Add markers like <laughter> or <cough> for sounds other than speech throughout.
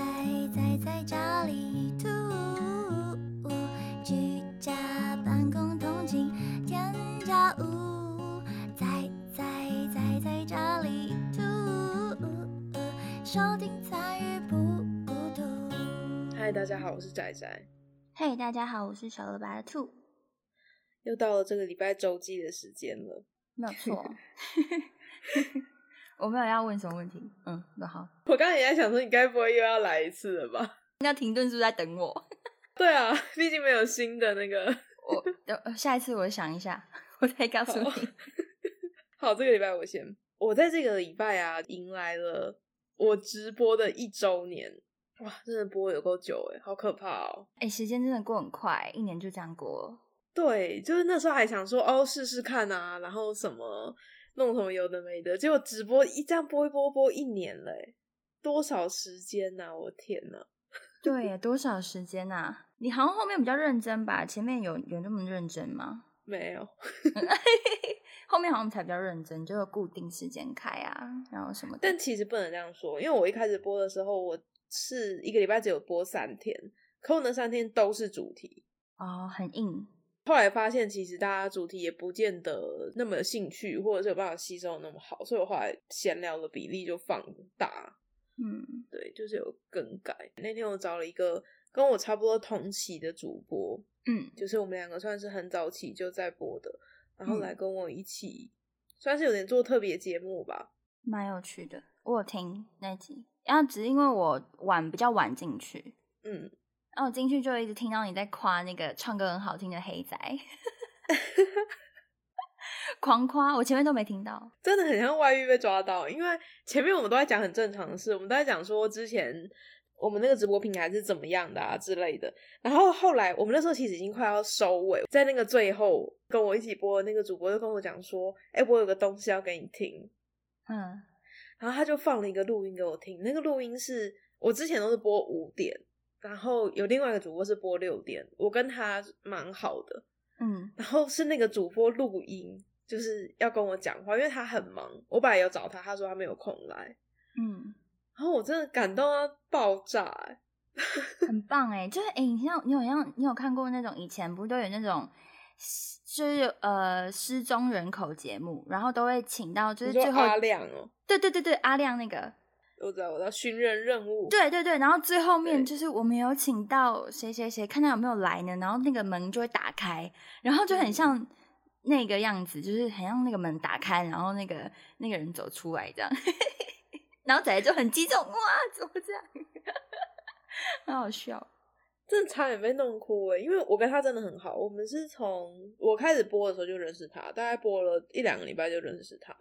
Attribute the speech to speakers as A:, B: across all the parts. A: 宅在家里突兀，居家办公通勤添加物，宅宅宅在家里突兀，收听参与不孤独。
B: 嗨，大家好，我是仔仔。
A: 嘿、大家好，我是小鹅白的兔，
B: 又到了这个礼拜周记的时间了。
C: 没有错。我没有要问什么问题，嗯，那好。
B: 我刚才也在想说，你该不会又要来一次了吧？ <laughs>
C: 那停顿是不是在等我？
B: 对啊，毕竟没有新的那个。
C: 我呃下一次我想一下， <laughs> 我再告诉
B: 好
C: 你。
B: 好，这个礼拜我先。我在这个礼拜啊，迎来了我直播的一周年。哇，真的播有够久哎，好可怕哦！
C: 哎、时间真的过很快，一年就这样过了。
B: 对，就是那时候还想说哦，试试看啊，然后什么弄什么有的没的，结果直播一这样播一播播一年了耶，多少时间呐、我天呐！
C: 对耶，多少时间啊？你好像后面比较认真吧？前面有有那么认真吗？
B: 没有，
C: 后面好像我们才比较认真，就固定时间开啊，然后什么的。
B: 但其实不能这样说，因为我一开始播的时候，我是一个礼拜只有播三天，可我那三天都是主题。
C: 哦，很硬。
B: 后来发现，其实大家主题也不见得那么有兴趣，或者是有办法吸收得那么好，所以我后来闲聊的比例就放大，
C: 嗯，
B: 对，就是有更改。那天我找了一个跟我差不多同期的主播，
C: 嗯，
B: 就是我们两个算是很早期就在播的，然后
C: 嗯
B: 来跟我一起，算是有点做特别节目吧，
C: 蛮有趣的。我有听那集，然后只是因为我晚比较晚进去，
B: 嗯。
C: 然后我进去就一直听到你在夸那个唱歌很好听的黑
B: <laughs>
C: 仔，狂夸，我前面都没听到。
B: 真的很像外遇被抓到，因为前面我们都在讲很正常的事，我们都在讲说之前我们那个直播平台是怎么样的啊之类的。然后后来我们那时候其实已经快要收尾，在那个最后跟我一起播的那个主播就跟我讲说：“哎、我有个东西要给你听。
C: 嗯，”
B: 然后他就放了一个录音给我听，那个录音是我之前都是播五点，然后有另外一个主播是播六点，我跟他蛮好的，
C: 嗯，
B: 然后是那个主播录音，就是要跟我讲话，因为他很忙。我本来有找他，他说他没有空来。
C: 嗯，
B: 然后我真的感动到爆炸、欸，
C: 很棒哎、就是哎、诶你像你有像你有看过那种以前不是都有那种失，就是呃失踪人口节目，然后都会请到就
B: 你
C: 是
B: 说
C: 最后
B: 阿亮哦、
C: 对对对对阿亮那个，
B: 我知道，我知道寻人任务，
C: 对对对，然后最后面
B: 对
C: 就是我们有请到谁谁谁，看他有没有来呢，然后那个门就会打开，然后就很像那个样子，就是很像那个门打开，然后那个那个人走出来这样， <laughs> 然后仔仔就很激动，哇，怎么这样？ <laughs> 很好笑，
B: 真的差点被弄哭哎、因为我跟他真的很好，我们是从我开始播的时候就认识他，大概播了一两个礼拜就认识他，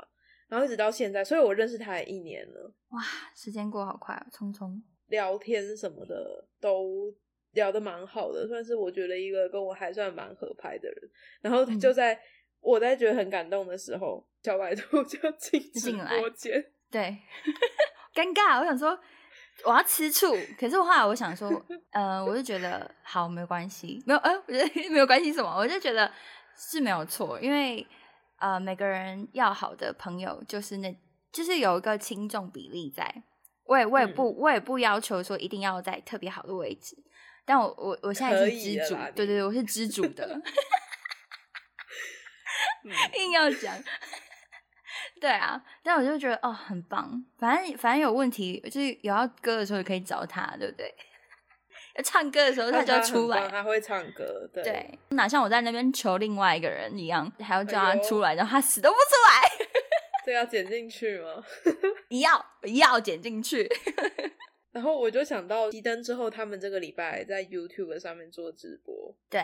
B: 然后一直到现在，所以我认识他也一年了，
C: 哇，时间过好快、哦，匆匆。
B: 聊天什么的都聊得蛮好的，算是我觉得一个跟我还算蛮合拍的人。然后
C: 嗯
B: 就在、我在觉得很感动的时候，小白兔 <laughs> 就进直
C: 进来
B: 播
C: <laughs>
B: 间，
C: 对，尴尬。我想说我要吃醋，可是后来我想说，呃，我就觉得好没关系，没有，呃，我觉得 <laughs> 没有关系什么，我就觉得是没有错，因为呃，每个人要好的朋友就是那，就是有一个轻重比例在。我也我也
B: 嗯
C: 不、我也不要求说一定要在特别好的位置，但我我我现在
B: 可
C: 是
B: 以
C: 知
B: 的
C: 足
B: 啦，
C: 对
B: 你
C: 对对，我是知足的。
B: 嗯
C: 硬要讲。 <laughs> 对啊，但我就觉得哦，很棒。反正反正有问题，就是有要歌的时候也可以找他，对不 <laughs> 对？要唱歌的时候
B: 他
C: 就要
B: 他很
C: 出
B: 棒
C: 来，
B: 他会唱歌，对，
C: 对，哪像我在那边求另外一个人一样，还要叫
B: 哎
C: 他
B: 呦
C: 出来，然后他死都不 <laughs> 出
B: 这要剪进去吗？
C: 来，要要剪进去。 <laughs>
B: 然后我就想到熄灯之后，他们这个礼拜在 YouTube 上面做直播，
C: 对，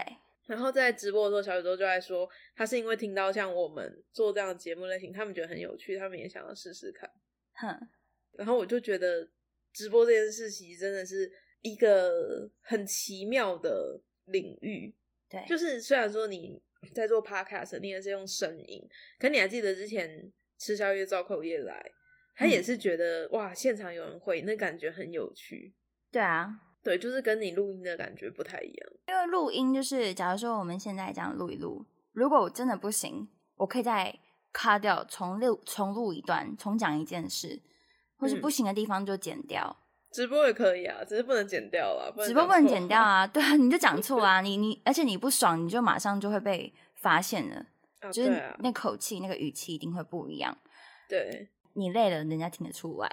B: 然后在直播的时候，小宇宙就在说，他是因为听到像我们做这样的节目类型，他们觉得很有趣，他们也想要试试看。
C: 哼，
B: 然后我就觉得直播这件事情真的是一个很奇妙的领域。
C: 对，
B: 就是虽然说你在做 podcast，你也是用声音，可你还记得之前吃宵夜造口业来，他
C: 嗯
B: 也是觉得、哇，现场有人会，那感觉很有趣。
C: 对啊，
B: 对，就是跟你录音的感觉不太一样。
C: 因为录音就是，假如说我们现在这样录一录，如果我真的不行，我可以再卡掉，重录重录一段，重讲一件事，或是
B: 嗯
C: 不行的地方就剪掉。
B: 直播也可以啊，只是不能剪掉了。
C: 直播不
B: <laughs>
C: 能剪掉
B: 啊。
C: 啊，对啊，你就讲错啊，你你，而且你不爽，你就马上就会被发现了，
B: 啊对
C: 就是
B: 啊，
C: 那口气、那个语气一定会不一样。
B: 对，
C: 你累了，人家听得出来。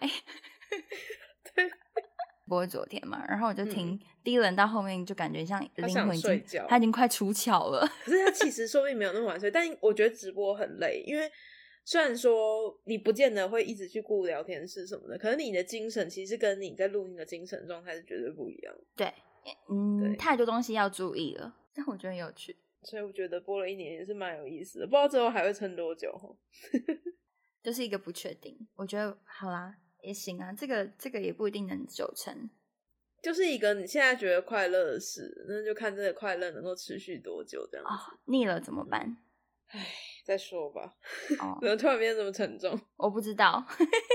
B: 对， <laughs>
C: 播昨天嘛，然后我就听、第一轮到后面，就感觉像
B: 他
C: 灵
B: 想
C: 魂已
B: 睡
C: 经
B: 觉
C: 他已经快出窍了。
B: 可是他其实说不定没有那么晚睡，但我觉得直播很累，因为虽然说你不见得会一直去顾聊天室什么的，可是你的精神其实跟你在录音的精神状态是绝对不一样的。对
C: 嗯，太多东西要注意了，但我觉得很有趣。
B: 所以我觉得播了一年也是蛮有意思的，不知道之后还会撑多久哦。
C: 就是一个不确定。我觉得好啦，也行啊，这个这个也不一定能九成。
B: 就是一个你现在觉得快乐的事，那就看这个快乐能够持续多久这样子。
C: 腻了怎么办？
B: 再说吧，
C: 哦，
B: 怎么突然变得这么沉重？
C: 我不知道，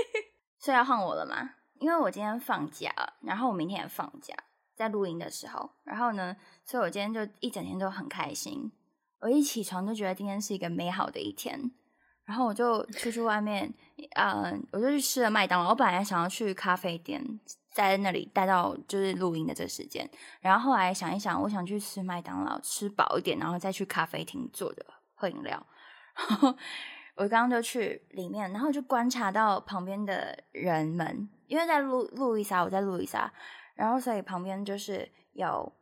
C: <laughs> 所以要换我了吗？因为我今天放假了，然后我明天也放假，在录音的时候，然后呢，所以我今天就一整天都很开心。我一起床就觉得今天是一个美好的一天，然后我就出去外面，呃，我就去吃了麦当劳。我本来想要去咖啡店，在那里待到就是录音的这时间，然后后来想一想，我想去吃麦当劳，吃饱一点，然后再去咖啡厅坐着喝饮料。然后 <laughs> 我刚刚就去里面，然后就观察到旁边的人们，因为在路路易莎，我在路易莎，然后所以旁边就是有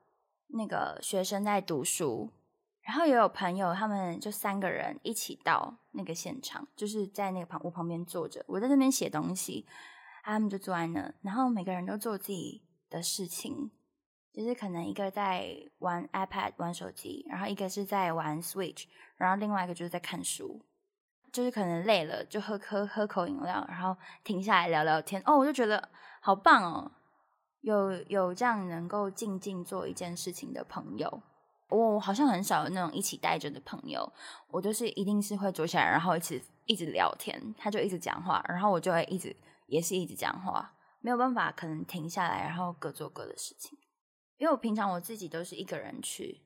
C: 那个学生在读书，然后也有朋友，他们就三个人一起到那个现场，就是在那个旁我旁边坐着，我在那边写东西，他们就坐在那，然后每个人都做自己的事情，就是可能一个在玩 iPad 玩手机，然后一个是在玩 Switch，然后另外一个就是在看书，就是可能累了就喝喝喝口饮料，然后停下来聊聊天。哦，我就觉得好棒哦，有有这样能够静静做一件事情的朋友。我好像很少有那种一起待着的朋友，我就是一定是会坐下来，然后一起一直聊天，他就一直讲话，然后我就会一直也是一直讲话，没有办法可能停下来，然后各做各的事情。因为我平常我自己都是一个人去，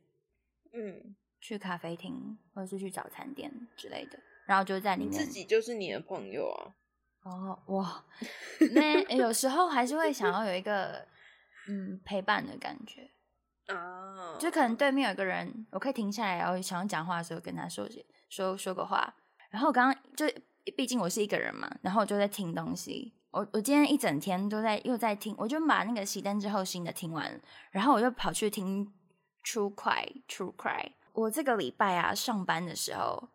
B: 嗯，
C: 去咖啡厅或者是去早餐店之类的，然后就在里
B: 你
C: 面
B: 自己就是你的朋友啊。
C: 哦哇，那有时候还是会想要有一个嗯陪伴的感觉，
B: 啊，
C: 就可能对面有一个人，我可以停下来，然后想要讲话的时候跟他说些说说个话。然后我刚刚就毕竟我是一个人嘛，然后我就在听东西。我我今天一整天都在又在听，我就把那个熄灯之后新的听完，然后我就跑去听 True Cry True Cry。我这个礼拜啊上班的时候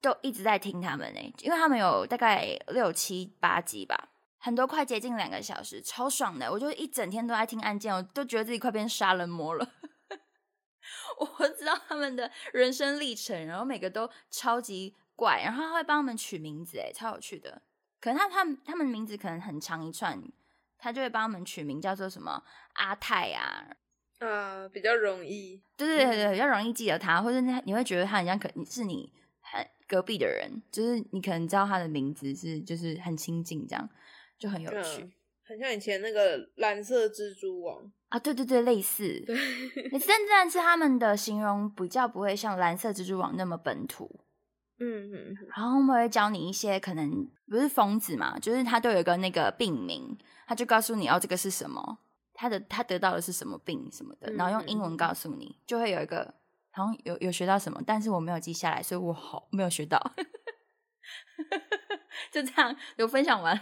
C: 都一直在听他们呢、欸因为他们有大概六七八集吧。很多快接近两个小时，超爽的！我就一整天都在听案件，我都觉得自己快变杀人魔了。 <laughs> 我知道他们的人生历程，然后每个都超级怪，然后他会帮他们取名字，哎，超有趣的。可能他他们他们名字可能很长一串，他就会帮他们取名叫做什么阿泰啊，
B: 啊，比较容易。
C: 对对对对，比较容易记得他，或者他你会觉得他很像可你是你很隔壁的人，就是你可能知道他的名字是就是很亲近，这样就很有趣、
B: 嗯，很像以前那个蓝色蜘蛛网。
C: 啊。对对对，类似，
B: 对，
C: 但但是他们的形容比较不会像蓝色蜘蛛网那么本土。
B: 嗯嗯，嗯
C: 然后他们会教你一些可能不是疯子嘛，就是他都有一个那个病名，他就告诉你哦，这个是什么，他的他得到的是什么病什么的，
B: 嗯
C: 然后用英文
B: 嗯
C: 告诉你，就会有一个好像有有学到什么，但是我没有记下来，所以我好没有学到， <laughs> 就这样有分享完，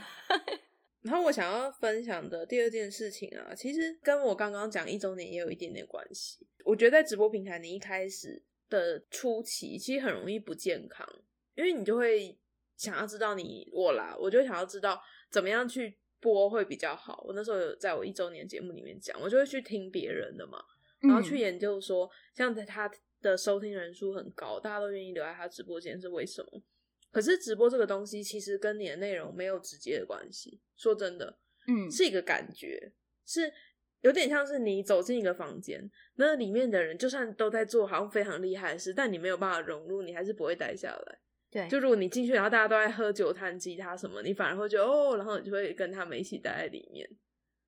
B: 然后我想要分享的第二件事情啊，其实跟我刚刚讲一周年也有一点点关系。我觉得在直播平台，你一开始的初期其实很容易不健康，因为你就会想要知道你我啦，我就会想要知道怎么样去播会比较好。我那时候有在我一周年节目里面讲，我就会去听别人的嘛，然后
C: 嗯
B: 去研究说，像他的收听人数很高，大家都愿意留在他直播间是为什么？可是直播这个东西其实跟你的内容没有直接的关系，说真的，
C: 嗯
B: 是一个感觉，是有点像是你走进一个房间，那里面的人就算都在做好像非常厉害的事，但你没有办法融入，你还是不会待下来。
C: 对
B: 就如果你进去，然后大家都在喝酒、弹吉他什么，你反而会觉得哦，然后你就会跟他们一起待在里面。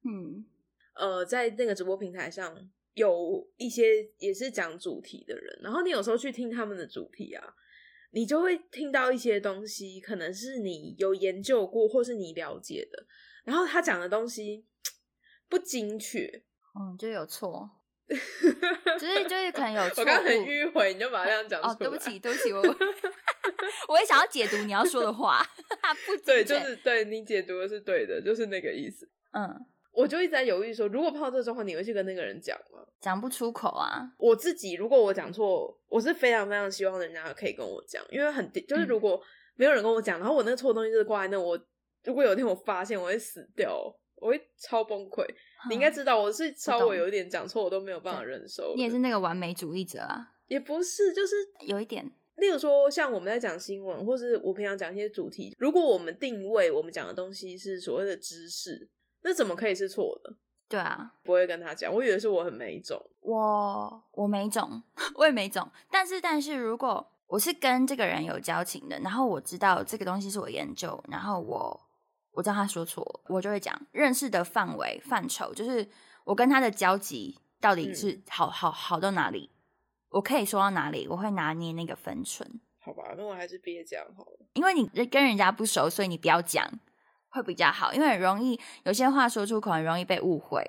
C: 嗯
B: 呃，在那个直播平台上有一些也是讲主题的人，然后你有时候去听他们的主题啊，你就会听到一些东西，可能是你有研究过或是你了解的，然后他讲的东西，不精确。
C: 嗯，就
B: <laughs>
C: 有错，就是就是可能有错
B: 我刚刚很
C: 误。
B: 迂回，你就把它这样讲出来。
C: 哦，对不，起，对不起，我 <laughs> 我也想要解读你要说的话， <laughs> 不
B: 对，
C: 精
B: 就
C: 确
B: 是对你解读的是对的，就是那个意思。
C: 嗯，
B: 我就一直在犹豫说，如果碰到这个状况，你会去跟那个人讲吗？
C: 讲不出口啊。
B: 我自己如果我讲错，我是非常非常希望人家可以跟我讲，因为很就是
C: 嗯
B: 如果没有人跟我讲，然后我那个错的东西就是挂在那，我如果有一天我发现，我会死掉，我会超崩溃。你应该
C: 哼，
B: 知道，我是稍
C: 嗯懂
B: 微有一点讲错，我都没有办法
C: 对
B: 忍受的。
C: 你也是那个完美主义者啊，
B: 也不是，就是
C: 有一点，
B: 例如说，像我们在讲新闻，或是我平常讲一些主题，如果我们定位我们讲的东西是所谓的知识，那怎么可以是错的？
C: 对啊，
B: 不会跟他讲，我以为是我很没种。
C: 我我没种， <laughs> 我也没种。但是但是如果我是跟这个人有交情的，然后我知道这个东西是我研究，然后我我知道他说错，我就会讲认识的范围范畴，就是我跟他的交集到底是
B: 嗯
C: 好、好好到哪里，我可以说到哪里，我会拿捏那个分寸。
B: 好吧，那我还是别讲好了。
C: 因为你跟人家不熟，所以你不要讲会比较好，因为很容易有些话说出口，很容易被误会。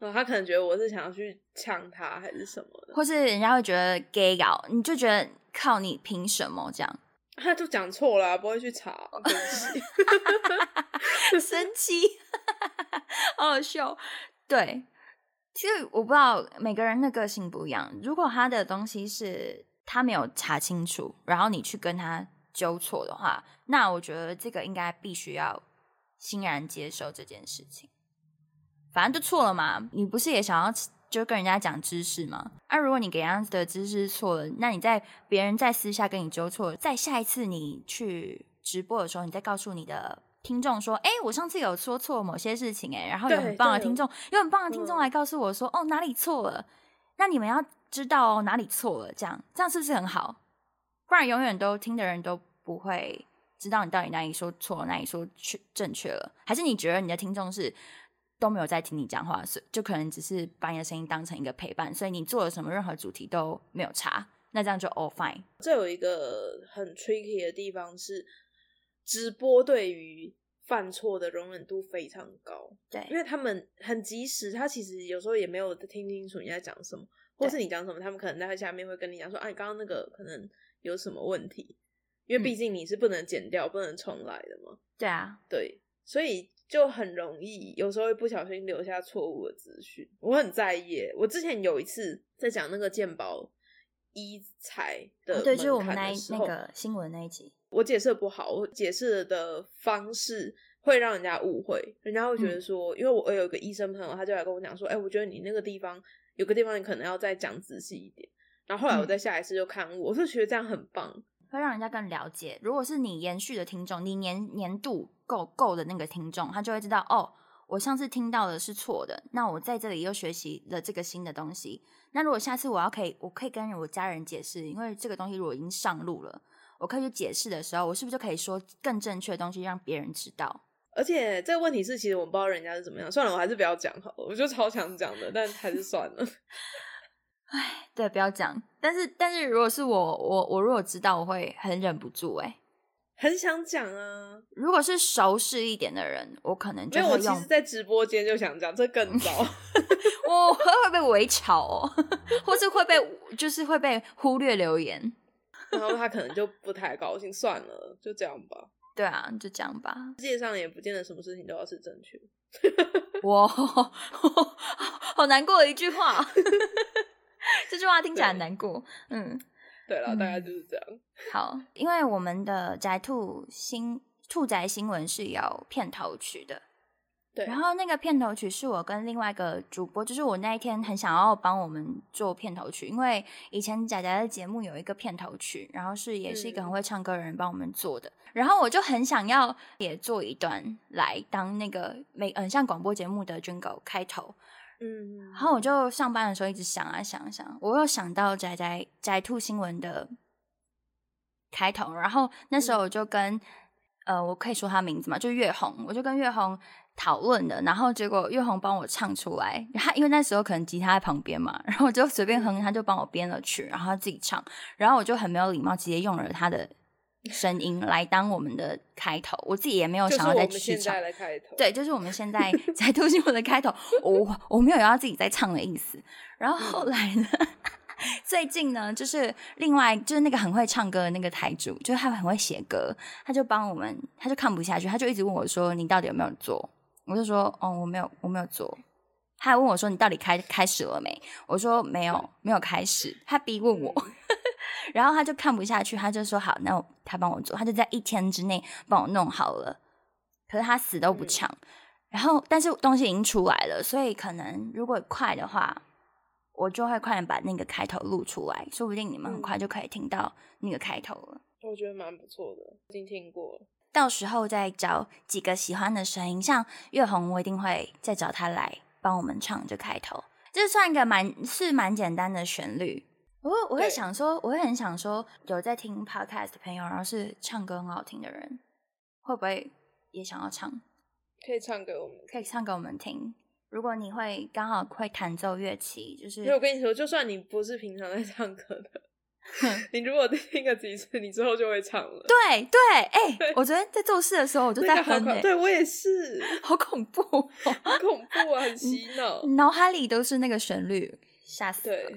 B: 然后他可能觉得我是想要去呛他，还是什么的，
C: 或是人家会觉得 gay 搞，你就觉得靠你凭什么这样？
B: 他就讲错了啊、不会去查，对不起。 <laughs>
C: 生气， <laughs> 好好笑。对，其实我不知道每个人的个性不一样。如果他的东西是他没有查清楚，然后你去跟他纠错的话，那我觉得这个应该必须要欣然接受这件事情。反正就错了嘛，你不是也想要就跟人家讲知识吗？那、如果你给人家的知识错了，那你在别人在私下跟你纠错，在下一次你去直播的时候，你再告诉你的听众说：“哎、我上次有说错某些事情、哎，然后有
B: 对
C: 很棒的
B: 对
C: 听众，有很棒的听众
B: 嗯
C: 来告诉我说，哦，哪里错了？那你们要知道哦，哪里错了，这样这样是不是很好？不然永远都听的人都不会知道你到底哪里说错了，哪里说确正确了。还是你觉得你的听众是都没有在听你讲话，所以就可能只是把你的声音当成一个陪伴，所以你做了什么任何主题都没有查，那这样就 all fine。
B: 这有一个很 tricky 的地方是，直播对于犯错的容忍度非常高。因
C: 对，
B: 为他们很及时，他其实有时候也没有听清楚你在讲什么，或是你讲什么，他们可能在下面会跟你讲说，哎、你刚刚那个可能有什么问题，因为毕竟你是不能剪掉、不能重来的嘛，
C: 对啊，
B: 对，所以就很容易有时候会不小心留下错误的资讯。我很在意耶，我之前有一次在讲那个鉴宝医材的、
C: 哦
B: 门
C: 对，就是我们
B: 槛的
C: 那一
B: 时
C: 那
B: 候
C: 个新闻那一集，
B: 我解释的不好，我解释的方式会让人家误会，人家会
C: 嗯
B: 觉得说，因为我我有一个医生朋友，他就来跟我讲说，哎、我觉得你那个地方有个地方你可能要再讲仔细一点。然后后来我
C: 嗯
B: 在下一次就看我，我是觉得这样很棒，
C: 会让人家更了解。如果是你延续的听众，你年年度够够的那个听众，他就会知道哦，我上次听到的是错的，那我在这里又学习了这个新的东西。那如果下次我要可以，我可以跟我家人解释，因为这个东西如果已经上路了，我可以去解释的时候，我是不是就可以说更正确的东西让别人知道？
B: 而且这个问题是其实我不知道人家是怎么样，算了，我还是不要讲好了，我就超想讲的，但还是算了。
C: 对，不要讲。但是，但是如果是我，我我如果知道，我会很忍不住哎、
B: 很想讲啊，
C: 如果是熟识一点的人，我可能
B: 没
C: 就
B: 有，我
C: 会
B: 其
C: 用
B: 实，在直播间就想讲，这更糟。
C: <laughs> 我会会被围吵哦， <laughs> 或是会被就是会被忽略留言。
B: 然后他可能就不太高兴，算了，就这样吧。
C: 对啊，就这样吧。
B: 世界上也不见得什么事情都要是正确的。
C: 哇， <laughs> 好难过的一句话， <laughs> 这句话听起来很难过。嗯，
B: 对了，大概
C: 嗯
B: 就是这样。
C: 好，因为我们的宅兔新兔宅新闻是有片头曲的，
B: 对，
C: 然后那个片头曲是我跟另外一个主播，就是我那一天很想要帮我们做片头曲，因为以前贾贾的节目有一个片头曲，然后是也是一个很
B: 嗯
C: 会唱歌的人帮我们做的，然后我就很想要也做一段来当那个每嗯像广播节目的 Jingle 开头，
B: 嗯，
C: 然后我就上班的时候一直想啊想啊想啊，我又想到宅宅宅兔新闻的开头，然后那
B: 嗯
C: 时候我就跟、呃，我可以说他名字嘛，就月红，我就跟月红讨论的，然后结果月红帮我唱出来，他因为那时候可能吉他在旁边嘛，然后我就随便哼，他就帮我编了曲，然后他自己唱，然后我就很没有礼貌，直接用了他的声音来当我们的开头。我自己也没有
B: 就是
C: 想要
B: 我
C: 再
B: 们
C: 去
B: 现
C: 唱
B: 在。的开头。
C: 对，就是我们现在在读新闻的开头，我我没有要自己再唱的意思。然后后来呢， <laughs> 最近呢，就是另外就是那个很会唱歌的那个台主，就是他很会写歌，他就帮我们，他就看不下去，他就一直问我说：“你到底有没有做？”我就说：“哦，我没有，我没有做。”他还问我说：“你到底开开始了没？”我说：“没有，没有开始。”他逼问我， <laughs> 然后他就看不下去，他就说：“好，那我他帮我做。”他就在一天之内帮我弄好了，可是他死都不
B: 嗯
C: 唱。然后，但是东西已经出来了，所以可能如果快的话，我就会快点把那个开头录出来，说不定你们很
B: 嗯
C: 快就可以听到那个开头了。
B: 我觉得蛮不错的，已经听过了。
C: 到时候再找几个喜欢的声音，像月红，我一定会再找他来帮我们唱这开头。这算一个蛮是蛮简单的旋律。我会我会
B: 对
C: 想说，我会很想说，有在听 podcast 的朋友，然后是唱歌很好听的人，会不会也想要唱？
B: 可以唱给我们。
C: 可以唱给我们听。如果你会刚好会弹奏乐器，就
B: 因为我
C: 是
B: 跟你说，就算你不是平常在唱歌的，你如果听个几次，你之后就会唱了。
C: 对对，
B: <laughs>
C: 哎、我昨天在做事的时候，我就
B: 那个
C: 在
B: 好
C: 哼、
B: 恐，
C: 欸，
B: 对我也是，
C: 好恐怖哦、
B: 很恐怖啊，
C: 嗯
B: 很洗脑。
C: 脑海里都是那个旋律，吓死了。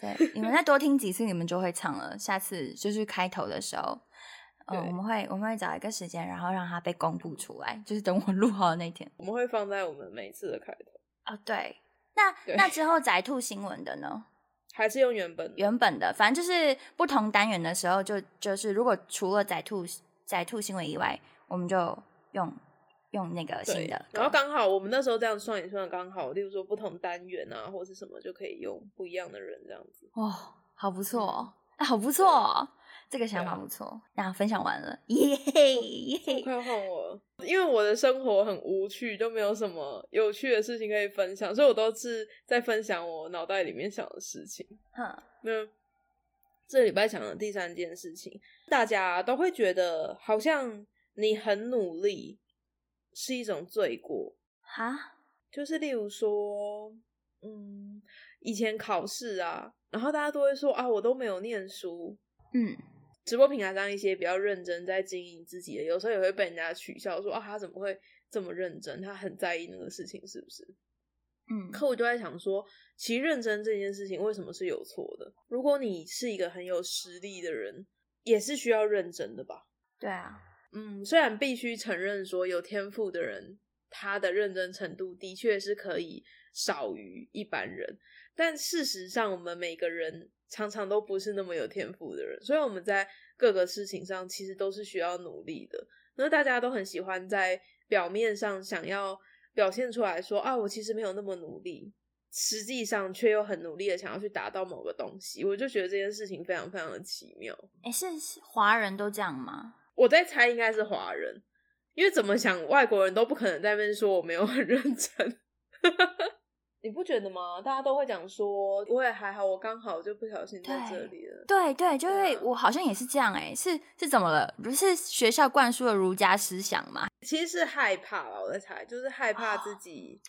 B: 对，
C: 对，你们再多听几次，你们就会唱了。下次就是开头的时候，嗯，
B: 对
C: 我们会我们会找一个时间，然后让它被公布出来，就是等我录好的那天。
B: 我们会放在我们每次的开头，
C: 哦，对，那
B: 对
C: 那之后宅兔新闻的呢？
B: 还是用原本的。
C: 原本的，反正就是不同单元的时候就，就是如果除了仔兔仔兔新闻以外，我们就用用那个新
B: 对
C: 的，。
B: 然后刚好我们那时候这样算一算，刚好，例如说不同单元啊，或是什么，就可以用不一样的人这样子。
C: 哇、好不错哦，啊、好不错哦，这个想法
B: 对啊
C: 不错。哦那分享完了，耶嘿耶
B: 这么
C: 嘿，
B: 快换我，因为我的生活很无趣，就没有什么有趣的事情可以分享，所以我都是在分享我脑袋里面想的事情。
C: 哼，
B: 那这礼拜讲的第三件事情，大家都会觉得好像你很努力是一种罪过，
C: 哈，
B: 就是例如说，嗯，以前考试啊，然后大家都会说啊，我都没有念书。
C: 嗯，
B: 直播平台上一些比较认真在经营自己的，有时候也会被人家取笑说啊，他怎么会这么认真？他很在意那个事情是不是？
C: 嗯，
B: 可我就在想说，其实认真这件事情为什么是有错的？如果你是一个很有实力的人，也是需要认真的吧？
C: 对啊，
B: 嗯，虽然必须承认说有天赋的人，他的认真程度的确是可以少于一般人，但事实上我们每个人常常都不是那么有天赋的人，所以我们在各个事情上其实都是需要努力的。那大家都很喜欢在表面上想要表现出来说啊，我其实没有那么努力，实际上却又很努力的想要去达到某个东西，我就觉得这件事情非常非常的奇妙。
C: 哎，是是华人都这样吗？
B: 我在猜应该是华人，因为怎么想外国人都不可能在那边说我没有 <laughs> 很认真，你不觉得吗？大家都会讲说我也还好，我刚好就不小心在这里了。
C: 对对，就
B: 对
C: 是
B: 啊
C: 我好像也是这样哎、是是怎么了？不是学校灌输的儒家思想吗？
B: 其实是害怕吧，我在猜，就是害怕自己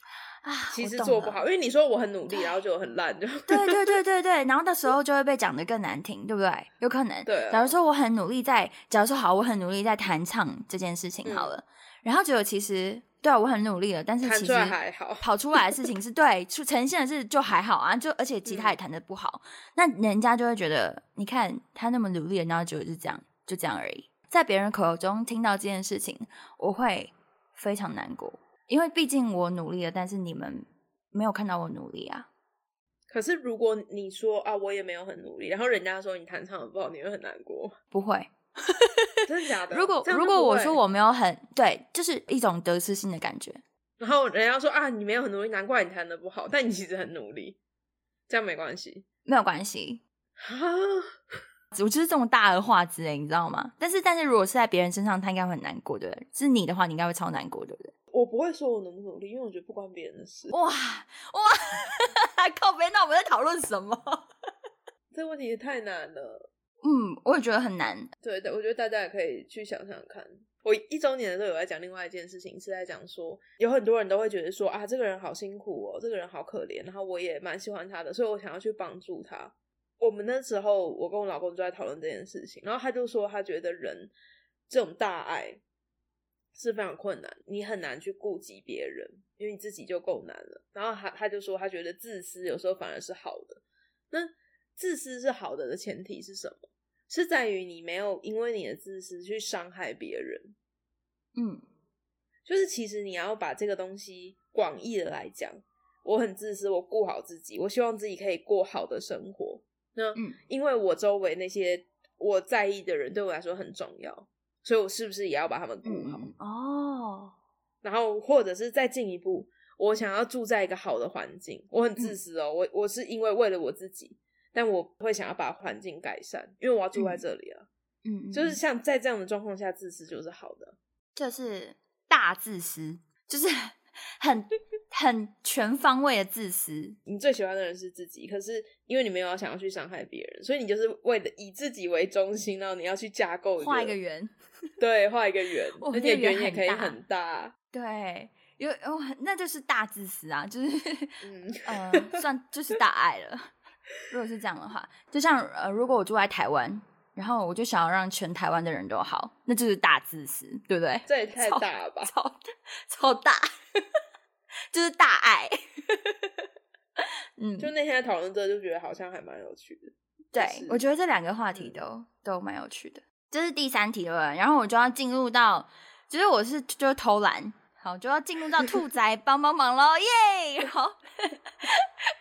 C: 啊，
B: 其
C: 哦我
B: 实
C: 懂
B: 做不
C: 了
B: 好，因为你说我很努力，
C: 对
B: 然后就很烂，就
C: 对对对对对，然后到时候就会被讲的更难听，对不对？有可能。
B: 对啊
C: 假如说我很努力在，假如说好，我很努力在弹唱这件事情好了，然后结果其实对啊，我很努力了，但
B: <laughs>
C: 是
B: 弹
C: 其
B: 出
C: 实
B: 来还好
C: 跑出来的事情
B: <laughs>
C: 是对，出呈现的是就还好啊，就而且吉
B: 嗯
C: 他也弹的不好，那人家就会觉得，你看他那么努力了，然后结果是这样，就这样而已。在别人口中听到这件事情，我会非常难过，因为毕竟我努力了，但是你们没有看到我努力啊。
B: 可是如果你说啊，我也没有很努力，然后人家说你弹唱的不好，你会很难过，
C: 不会，
B: <laughs> 真的假的？
C: 如果
B: 这样
C: 如
B: 就
C: 果
B: 不
C: 我
B: 会
C: 说我没有很对，就是一种得失心的感觉。
B: 然后人家说啊，你没有很努力，难怪你弹的不好，但你其实很努力，这样没关系
C: 没有关系，
B: 啊。
C: 我就是这么大而化之哎，你知道吗？但是但是如果是在别人身上，他应该会很难过，对不对？是你的话，你应该会超难过，对不对？
B: 我不会说我努不努力，因为我觉得不关别人的事。
C: 哇 <laughs> 哇，靠边！那我们在讨论什么？
B: 这问题也太难了。
C: 嗯，我也觉得很难。
B: 对的，我觉得大家也可以去想想看。我一周年的时候有在讲另外一件事情，是在讲说有很多人都会觉得说啊，这个人好辛苦哦，这个人好可怜，然后我也蛮喜欢他的，所以我想要去帮助他。我们那时候我跟我老公就在讨论这件事情，然后他就说他觉得人这种大爱是非常困难，你很难去顾及别人，因为你自己就够难了。然后他他就说他觉得自私有时候反而是好的，那自私是好的的前提是什么？是在于你没有因为你的自私去伤害别人，
C: 嗯，
B: 就是其实你要把这个东西广义的来讲，我很自私，我顾好自己，我希望自己可以过好的生活。那、
C: 嗯
B: 因为我周围那些我在意的人对我来说很重要，所以我是不是也要把他们顾好？
C: 嗯哦，
B: 然后或者是再进一步，我想要住在一个好的环境，我很
C: 嗯
B: 自私哦，我我是因为为了我自己，但我会想要把环境改善，因为我要住在这里啊。
C: 嗯，嗯
B: 就是
C: 嗯
B: 像在这样的状况下，自私就是好的。
C: 就是大自私，就是 <laughs> 很很全方位的自私。
B: 你最喜欢的人是自己，可是因为你没有要想要去伤害别人，所以你就是为了以自己为中心，然后你要去架构
C: 画一个，圆，
B: 对，画一个圆，
C: 哇
B: 而且
C: 那个圆
B: 圆也可以很
C: 很
B: 大，
C: 对，有哦，那就是大自私啊，就是 <laughs>
B: 嗯，
C: 呃，算就是大爱了。如果是这样的话，就像呃，如果我住在台湾，然后我就想要让全台湾的人都好，那就是大自私，对不对？
B: 这也太大了吧？
C: 超超大， <laughs> 就是大爱。嗯，
B: 就那天在讨论这，就觉得好像还蛮有趣的。
C: 对，
B: 是
C: 我
B: 嗯
C: 觉得这两个话题都、都蛮有趣的。这是第三题了，然后我就要进入到，就是我是就是偷懒，好就要进入到兔
B: <laughs>
C: 仔帮帮忙喽，耶！ <laughs> 好，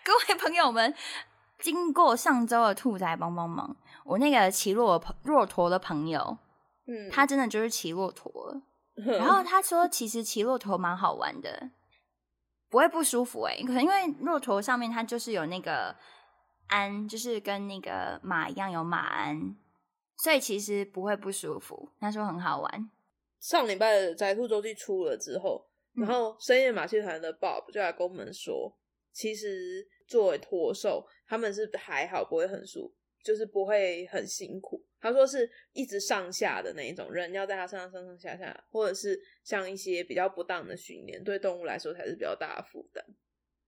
C: 各位朋友们，经过上周的兔仔帮帮忙，我那个骑骆驼骆驼的朋友，
B: 嗯，
C: 他真的就是骑骆驼了，然后他说，其实骑骆驼蛮好玩的，不会不舒服哎、可能因为骆驼上面它就是有那个鞍，就是跟那个马一样有马鞍，所以其实不会不舒服。他说很好玩，
B: 上礼拜的宅兔周记出了之后，
C: 嗯
B: 然后深夜马戏团的 Bob 就来跟我们说，其实作为驼兽，他们是还好，不会很舒，就是不会很辛苦。他说是一直上下的那一种，人要在它身上上上下下，或者是像一些比较不当的训练，对动物来说才是比较大的负担。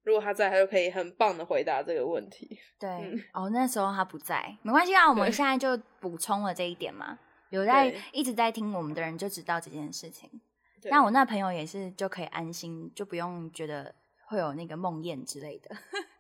B: 如果他在，他就可以很棒的回答这个问题。
C: 对、
B: 嗯
C: 哦，那时候他不在，没关系啊，我们
B: 对
C: 现在就补充了这一点嘛。有在
B: 对
C: 一直在听我们的人就知道这件事情，
B: 对
C: 那我那朋友也是就可以安心，就不用觉得会有那个梦魇之类的。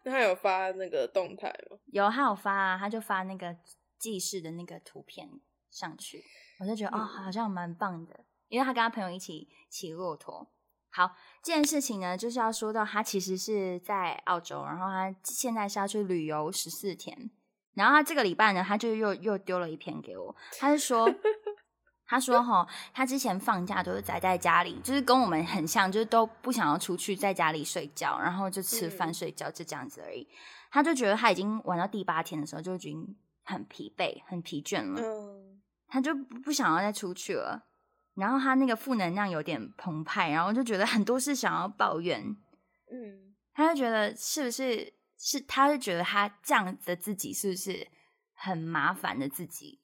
B: 那他有发那个动态吗？
C: 有，他有发、啊，他就发那个记事的那个图片上去，我就觉得、哦，
B: 嗯
C: 好像蛮棒的，因为他跟他朋友一起骑骆驼。好，这件事情呢，就是要说到他其实是在澳洲，然后他现在是要去旅游十四天，然后他这个礼拜呢，他就又又丢了一篇给我，他是说， <laughs> 他说哈，他之前放假都是宅在家里，就是跟我们很像，就是都不想要出去，在家里睡觉，然后就吃饭
B: 嗯
C: 睡觉，就这样子而已。他就觉得他已经玩到第八天的时候，就已经很疲惫、很疲倦了，
B: 嗯，
C: 他就不不想要再出去了。然后他那个负能量有点澎湃，然后就觉得很多事想要抱怨，
B: 嗯，
C: 他就觉得是不是是，他就觉得他这样的自己是不是很麻烦的自己，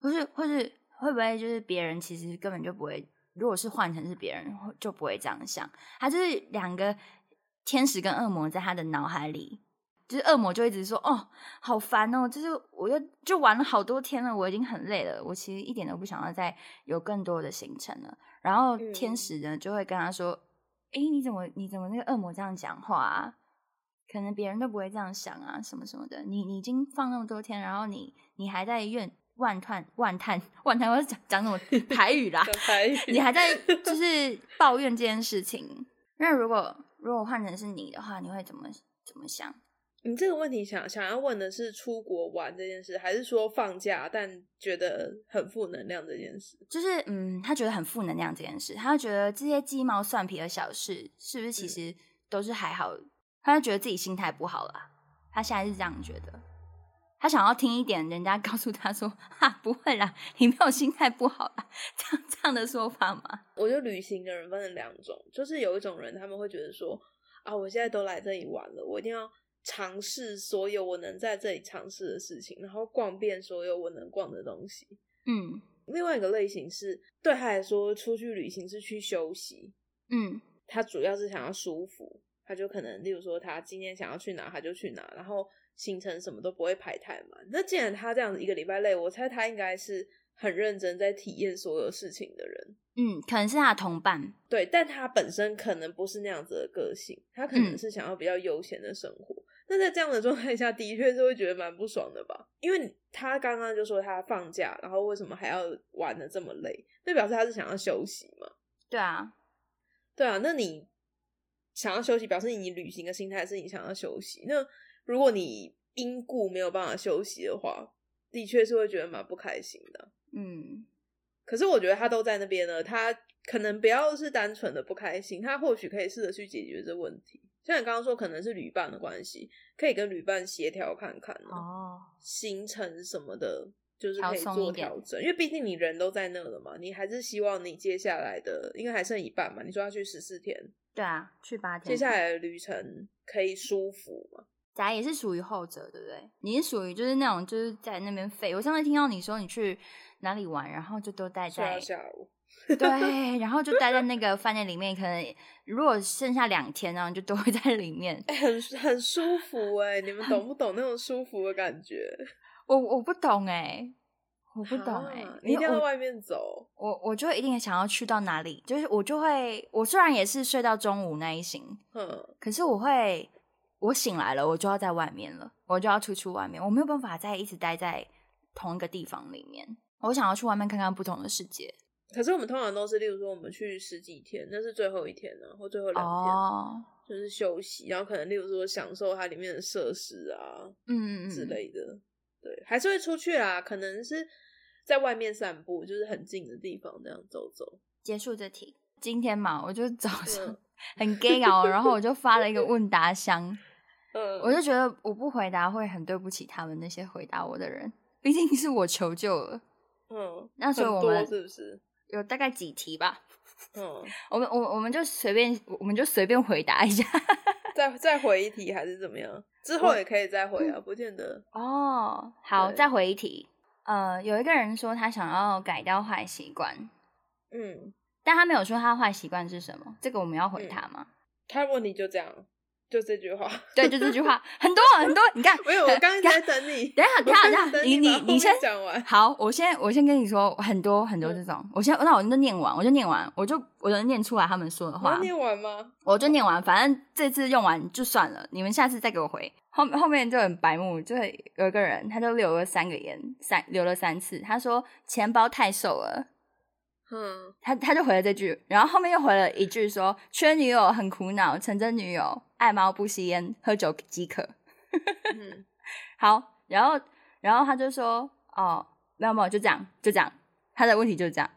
C: 或是或是会不会就是别人其实根本就不会，如果是换成是别人会就不会这样想，他就是两个天使跟恶魔在他的脑海里。就是恶魔就一直说哦，好烦哦！就是我又就玩了好多天了，我已经很累了，我其实一点都不想要再有更多的行程了。然后天
B: 嗯
C: 使呢就会跟他说：“诶，你怎么你怎么那个恶魔这样讲话啊？可能别人都不会这样想啊，什么什么的。你你已经放那么多天，然后你你还在怨万叹万叹万叹，我在讲讲什么台
B: <laughs>
C: 语啦？
B: 讲台语
C: <laughs> 你还在就是抱怨这件事情。那如果如果换成是你的话，你会怎么怎么想？
B: 你这个问题想想要问的是出国玩这件事，还是说放假但觉得很负能量这件事？
C: 就是嗯，他觉得很负能量这件事，他就觉得这些鸡毛蒜皮的小事，是不是其
B: 嗯
C: 实都是还好？他就觉得自己心态不好啦。他现在是这样觉得，他想要听一点人家 <laughs> 告诉他说：“哈，不会啦，你没有心态不好啦。”这样这样的说法吗？
B: 我觉得旅行的人分成两种，就是有一种人他们会觉得说啊，我现在都来这里玩了，我一定要尝试所有我能在这里尝试的事情，然后逛遍所有我能逛的东西。
C: 嗯
B: 另外一个类型是对他来说，出去旅行是去休息，
C: 嗯
B: 他主要是想要舒服，他就可能例如说他今天想要去哪他就去哪，然后行程什么都不会排太满。那既然他这样子一个礼拜累，我猜他应该是很认真在体验所有事情的人。
C: 嗯，可能是他的同伴，
B: 对，但他本身可能不是那样子的个性，他可能
C: 嗯
B: 是想要比较悠闲的生活。那在这样的状态下，的确是会觉得蛮不爽的吧？因为你他刚刚就说他放假，然后为什么还要玩的这么累？那表示他是想要休息嘛？
C: 对啊，
B: 对啊，那你想要休息，表示你旅行的心态是你想要休息。那如果你因故没有办法休息的话，的确是会觉得蛮不开心的。
C: 嗯，
B: 可是我觉得他都在那边了，他可能不要是单纯的不开心，他或许可以试着去解决这问题。像你刚刚说，可能是旅伴的关系，可以跟旅伴协调看看、啊
C: 哦，
B: 行程什么的，就是可以
C: 调松
B: 做
C: 一点
B: 调整。因为毕竟你人都在那了嘛，你还是希望你接下来的，因为还剩一半嘛，你说要去十四天，
C: 对啊，去八天，
B: 接下来的旅程可以舒服嘛？
C: 咱也是属于后者，对不对？你是属于就是那种就是在那边废。我上次听到你说你去哪里玩，然后就都待
B: 睡到
C: 在
B: 下午，
C: 对，然后就待在那个饭店里面。可能如果剩下两天然后你就都会在里面。
B: 哎、很很舒服哎、你们懂不懂那种舒服的感觉？
C: 我我不懂哎、我 <laughs> 不懂哎、
B: 啊你一定要在
C: 因为我
B: 外面走。
C: 我我就一定想要去到哪里，就是我就会，我虽然也是睡到中午那一型，
B: 嗯，
C: 可是我会，我醒来了，我就要在外面了，我就要出去外面，我没有办法再一直待在同一个地方里面。我想要去外面看看不同的世界。
B: 可是我们通常都是，例如说我们去十几天，那是最后一天呢、啊或最后两天，
C: 哦，
B: 就是休息，然后可能例如说享受它里面的设施啊
C: 嗯嗯嗯
B: 之。类的。对，还是会出去啦，可能是在外面散步，就是很近的地方这样走走。
C: 结束这题。今天嘛，我就早上
B: 嗯
C: 很 gay 熬，然后我就发了一个问答箱，
B: 嗯，
C: 我就觉得我不回答会很对不起他们那些回答我的人，毕竟是我求救了。
B: 嗯，
C: 那所以
B: 很
C: 我
B: 多
C: 们
B: 是不是？
C: 有大概几题吧，
B: 嗯，
C: 我们我我们就随便我们就随便回答一下。
B: 再再回一题还是怎么样？之后也可以再回啊，不见得。
C: 哦，好，
B: 对
C: 再回一题。呃，有一个人说他想要改掉坏习惯，
B: 嗯，
C: 但他没有说他坏习惯是什么，这个我们要回
B: 嗯
C: 他吗？ <laughs>
B: 他的问题就这样，就这句话。
C: 对，就这句话，很多很多，你看，
B: <laughs> 没有，我刚刚在等你。
C: <laughs> 等一下，
B: 我
C: 等一下，
B: 刚刚
C: 等一下，
B: 等
C: 你
B: 把
C: 你
B: 后
C: 你
B: 面
C: 先
B: 讲嗯完。
C: 好，我先我先跟你说很多很多这种，我先那我就念完，我就念完，我就我就念出来他们说的
B: 你要
C: 话，
B: 念完吗？
C: 我就念完，反正这次用完就算了，你们下次再给我回。后后面就很白目，就有一个人他就留了三个言，三留了三次，他说钱包太瘦了。
B: 嗯，
C: 他他就回了这句，然后后面又回了一句说：“缺女友很苦恼，成真女友爱猫不吸烟，喝酒即可。”
B: <laughs> 嗯，
C: 好，然后然后他就说：“哦，没有没有，就这样，就这样。”他的问题就是这样，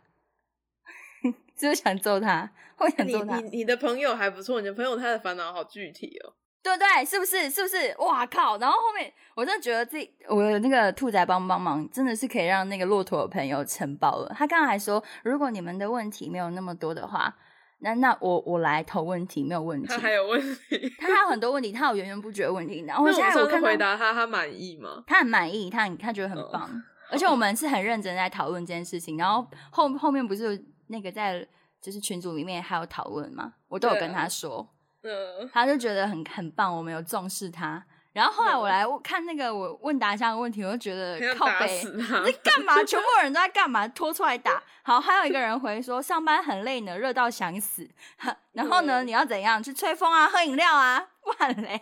C: <laughs> 是不是想揍他？会想
B: 你
C: 揍他
B: 你？你的朋友还不错，你的朋友他的烦恼好具体哦。
C: 对不对？是不是？是不是？哇靠！然后后面我真的觉得自己，我的那个兔仔帮帮忙，真的是可以让那个骆驼的朋友承包了。他刚刚还说，如果你们的问题没有那么多的话，那那我我来投问题，没有问题。
B: <laughs> 他还有问题。
C: 他还有很多问题，他有源源不绝的问题。然后
B: 那哦
C: 我
B: 我
C: 现
B: 们
C: 在
B: 上
C: 我
B: 次
C: 看到
B: 回答他，他满意吗？
C: 他很满意，他很他觉
B: <laughs>
C: 得很
B: 哦
C: 棒，而且我们是很认真在讨论这件事情。然后后后面不是那个在就是群组里面还有讨论嘛，我都有
B: 对
C: 跟
B: 啊
C: 他说，
B: 嗯，
C: 他就觉得很很棒，我们有重视他。然后后来我来我看那个我问答箱的问题，我就觉得
B: 很想
C: 靠
B: 打
C: 背
B: 死嗯他
C: 在。干嘛？全部人都在干嘛？拖出来打。好，还有一个人回说上班很累呢，热到想死。哈然后呢，
B: 嗯
C: 你要怎样？去吹风啊，喝饮料啊， <laughs> 不然嘞，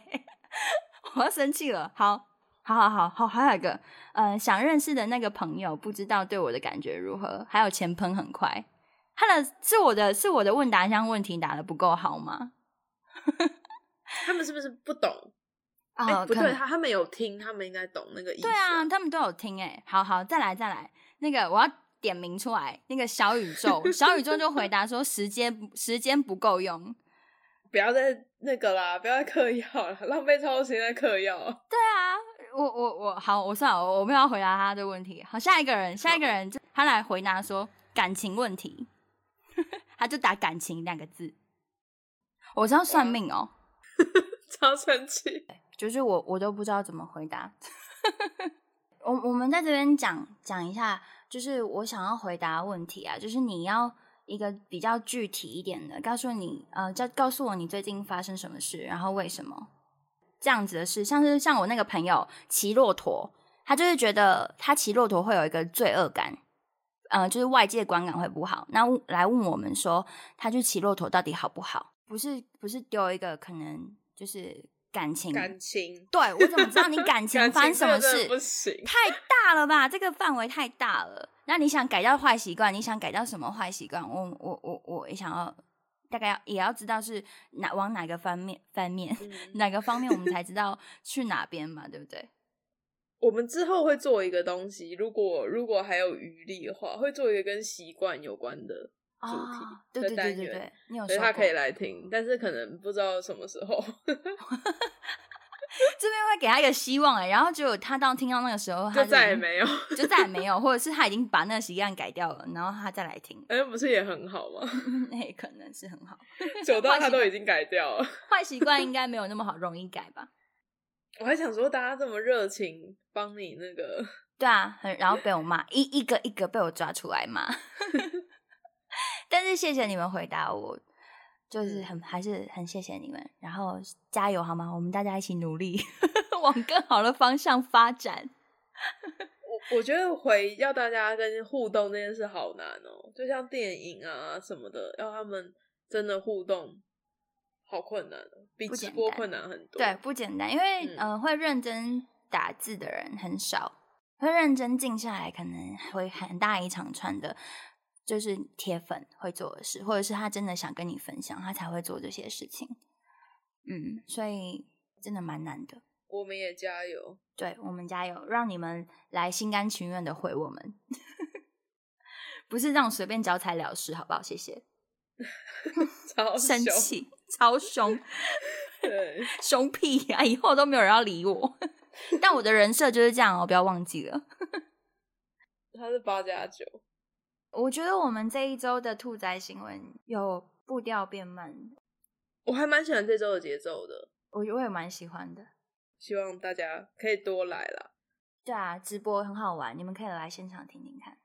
C: <laughs> 我要生气了。好，好好好好，还有一个，呃，想认识的那个朋友，不知道对我的感觉如何？还有钱喷很快，他的是我的是我的问答箱问题打的不够好吗？
B: 他们是不是不懂？
C: 啊
B: 哎，不
C: 可能
B: 对，他他们有听，他们应该懂那个意思。
C: 对啊，，他们都有听哎、好好，再来再来，那个我要点名出来，那个小宇
B: <laughs>
C: 宙，小宇宙就回答说时间时间不够用。
B: 不要再那个啦，不要再嗑药了，浪费超多时间在嗑药。
C: 对啊，我我我好，我算了，我我没有要回答他的问题。好，下一个人，下一个人就他来回答说感情问题， <laughs> 他就打感情两个字。我知道算
B: 哇
C: 命哦、
B: 超生气。
C: 就是我我都不知道怎么回答。 <laughs> 我我们在这边讲讲一下，就是我想要回答的问题啊，就是你要一个比较具体一点的，告诉你呃，叫告诉我你最近发生什么事，然后为什么这样子的事，像是像我那个朋友骑骆驼，他就是觉得他骑骆驼会有一个罪恶感，呃，就是外界观感会不好，那问来问我们说他去骑骆驼到底好不好？不是不是丢一个可能就是感情
B: 感情
C: 对我怎么知道你感情发生什么
B: 这个真
C: 事
B: 的？不行，
C: 太大了吧，这个范围太大了。那你想改掉坏习惯，你想改掉什么坏习惯？我我我我也想要，大概要也要知道是哪往哪个方面方面、
B: 嗯
C: 哪个方面，我们才知道去哪边嘛，对不对？
B: 我们之后会做一个东西，如果如果还有余力的话，会做一个跟习惯有关的 <laughs> 主题
C: 啊，对
B: 的
C: 对对
B: 单
C: 对
B: 元
C: 对，你有
B: 所
C: 说
B: 以他可以
C: 过哦
B: 来听，但是可能不知道什么时候。
C: 这边会给他一个希望哎、然后结果他到听到那个时候，他
B: 就再也
C: 已经
B: 没有， <laughs>
C: 就再也没有，或者是他已经把那个习惯改掉了，然后他再来听， <laughs>
B: 哎，不是也很好吗？
C: 那也可能是很好。
B: 久到
C: 坏
B: 他
C: 习
B: 都已经改掉了。 <laughs>
C: 坏习惯应该没有那么好容易改吧？
B: 我还想说，大家这么热情帮你那个，
C: 对啊，很然后被我骂，一一个一个被我抓出来骂。 <laughs> 但是谢谢你们回答我，就是很还是很谢谢你们，然后加油好吗？我们大家一起努力， <laughs> 往更好的方向发展。
B: 我我觉得回要大家跟互动这件事好难哦，就像电影啊什么的，要他们真的互动，好困难哦，比
C: 不
B: 直
C: 简
B: 播
C: 单
B: 困难很多。
C: 对，不简单，因为
B: 嗯
C: 嗯、呃会认真打字的人很少，会认真静下来，可能会很大一长串的，就是铁粉会做的事，或者是他真的想跟你分享，他才会做这些事情。嗯，所以真的蛮难的。
B: 我们也加油。
C: 对我们加油，让你们来心甘情愿的回我们， <laughs> 不是让随便交差了事，好不好？谢谢。
B: 超
C: 生
B: 凶，
C: 气，超凶。
B: 对，
C: 凶屁呀、以后都没有人要理我。 <laughs> 但我的人设就是这样哦，不要忘记了。
B: 他是八加九，
C: 我觉得我们这一周的兔仔新闻有步调变慢，
B: 我还蛮喜欢这周的节奏的，
C: 我我也蛮喜欢的。
B: 希望大家可以多来啦。
C: 对啊，直播很好玩，你们可以来现场听听看，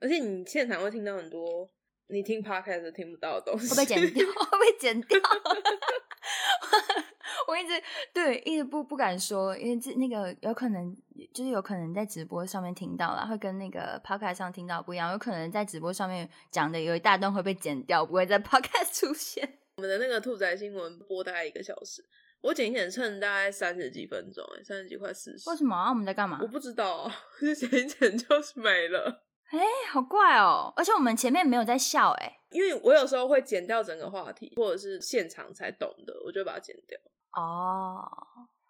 B: 而且你现场会听到很多你听 podcast 听不到的东西，
C: 会被剪 <laughs> 掉，会被剪掉。 <laughs> 我一直对一直不不敢说，因为这那个有可能就是有可能在直播上面听到啦，会跟那个 podcast 上听到不一样，有可能在直播上面讲的有一大段会被剪掉，不会在 <laughs> podcast 出现。
B: 那个兔仔新闻播大概一个小时，我剪一剪剩大概三十几分钟、欸，三十几快四十。
C: 为什么啊？我们在干嘛
B: 我？不知道 <laughs> 啊，就剪一剪就是没了。
C: 哎、好怪哦！而且我们前面没有在笑、哎，
B: 因为我有时候会剪掉整个话题，或者是现场才懂的，我就把它剪掉。
C: 哦，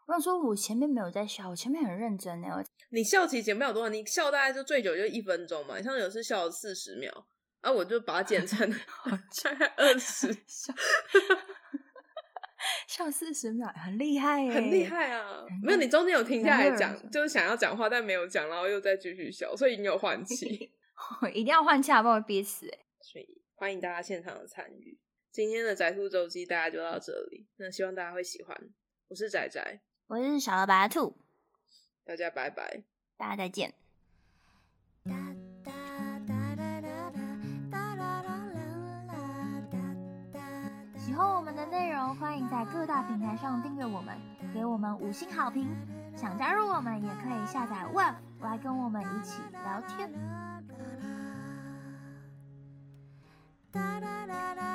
C: 我想说，我前面没有在笑，我前面很认真哎、我
B: 你笑其实剪不了多少，你笑大概就最久就一分钟嘛，像有时笑了四十秒，啊，我就把它剪
C: <laughs>
B: 成大概二十，
C: <laughs> 笑 <laughs> 笑四十秒，很厉害哎、
B: 很厉。害啊
C: 难！
B: 没有，你中间有停下
C: 难怪有
B: 来
C: 人
B: 讲
C: 说，
B: 就是想要讲话但没有讲，然后又再继续笑，所以你有换
C: <laughs>
B: 气，
C: 我一定要换气，不然我会憋死、哎。
B: 所以欢迎大家现场的参与。今天的宅兔周记大家就到这里，那希望大家会喜欢。我是仔仔，
C: 我是小老白兔，
B: 大家拜拜。
C: 大家再见。
A: 哒哒哒哒哒哒哒啦啦啦啦哒哒哒
D: 喜欢我们的内容，欢迎在各大平台上订阅我们，给我们五星好评。想加入我们，也可以下载 Web 来跟我们一起聊天。
A: 哒啦啦啦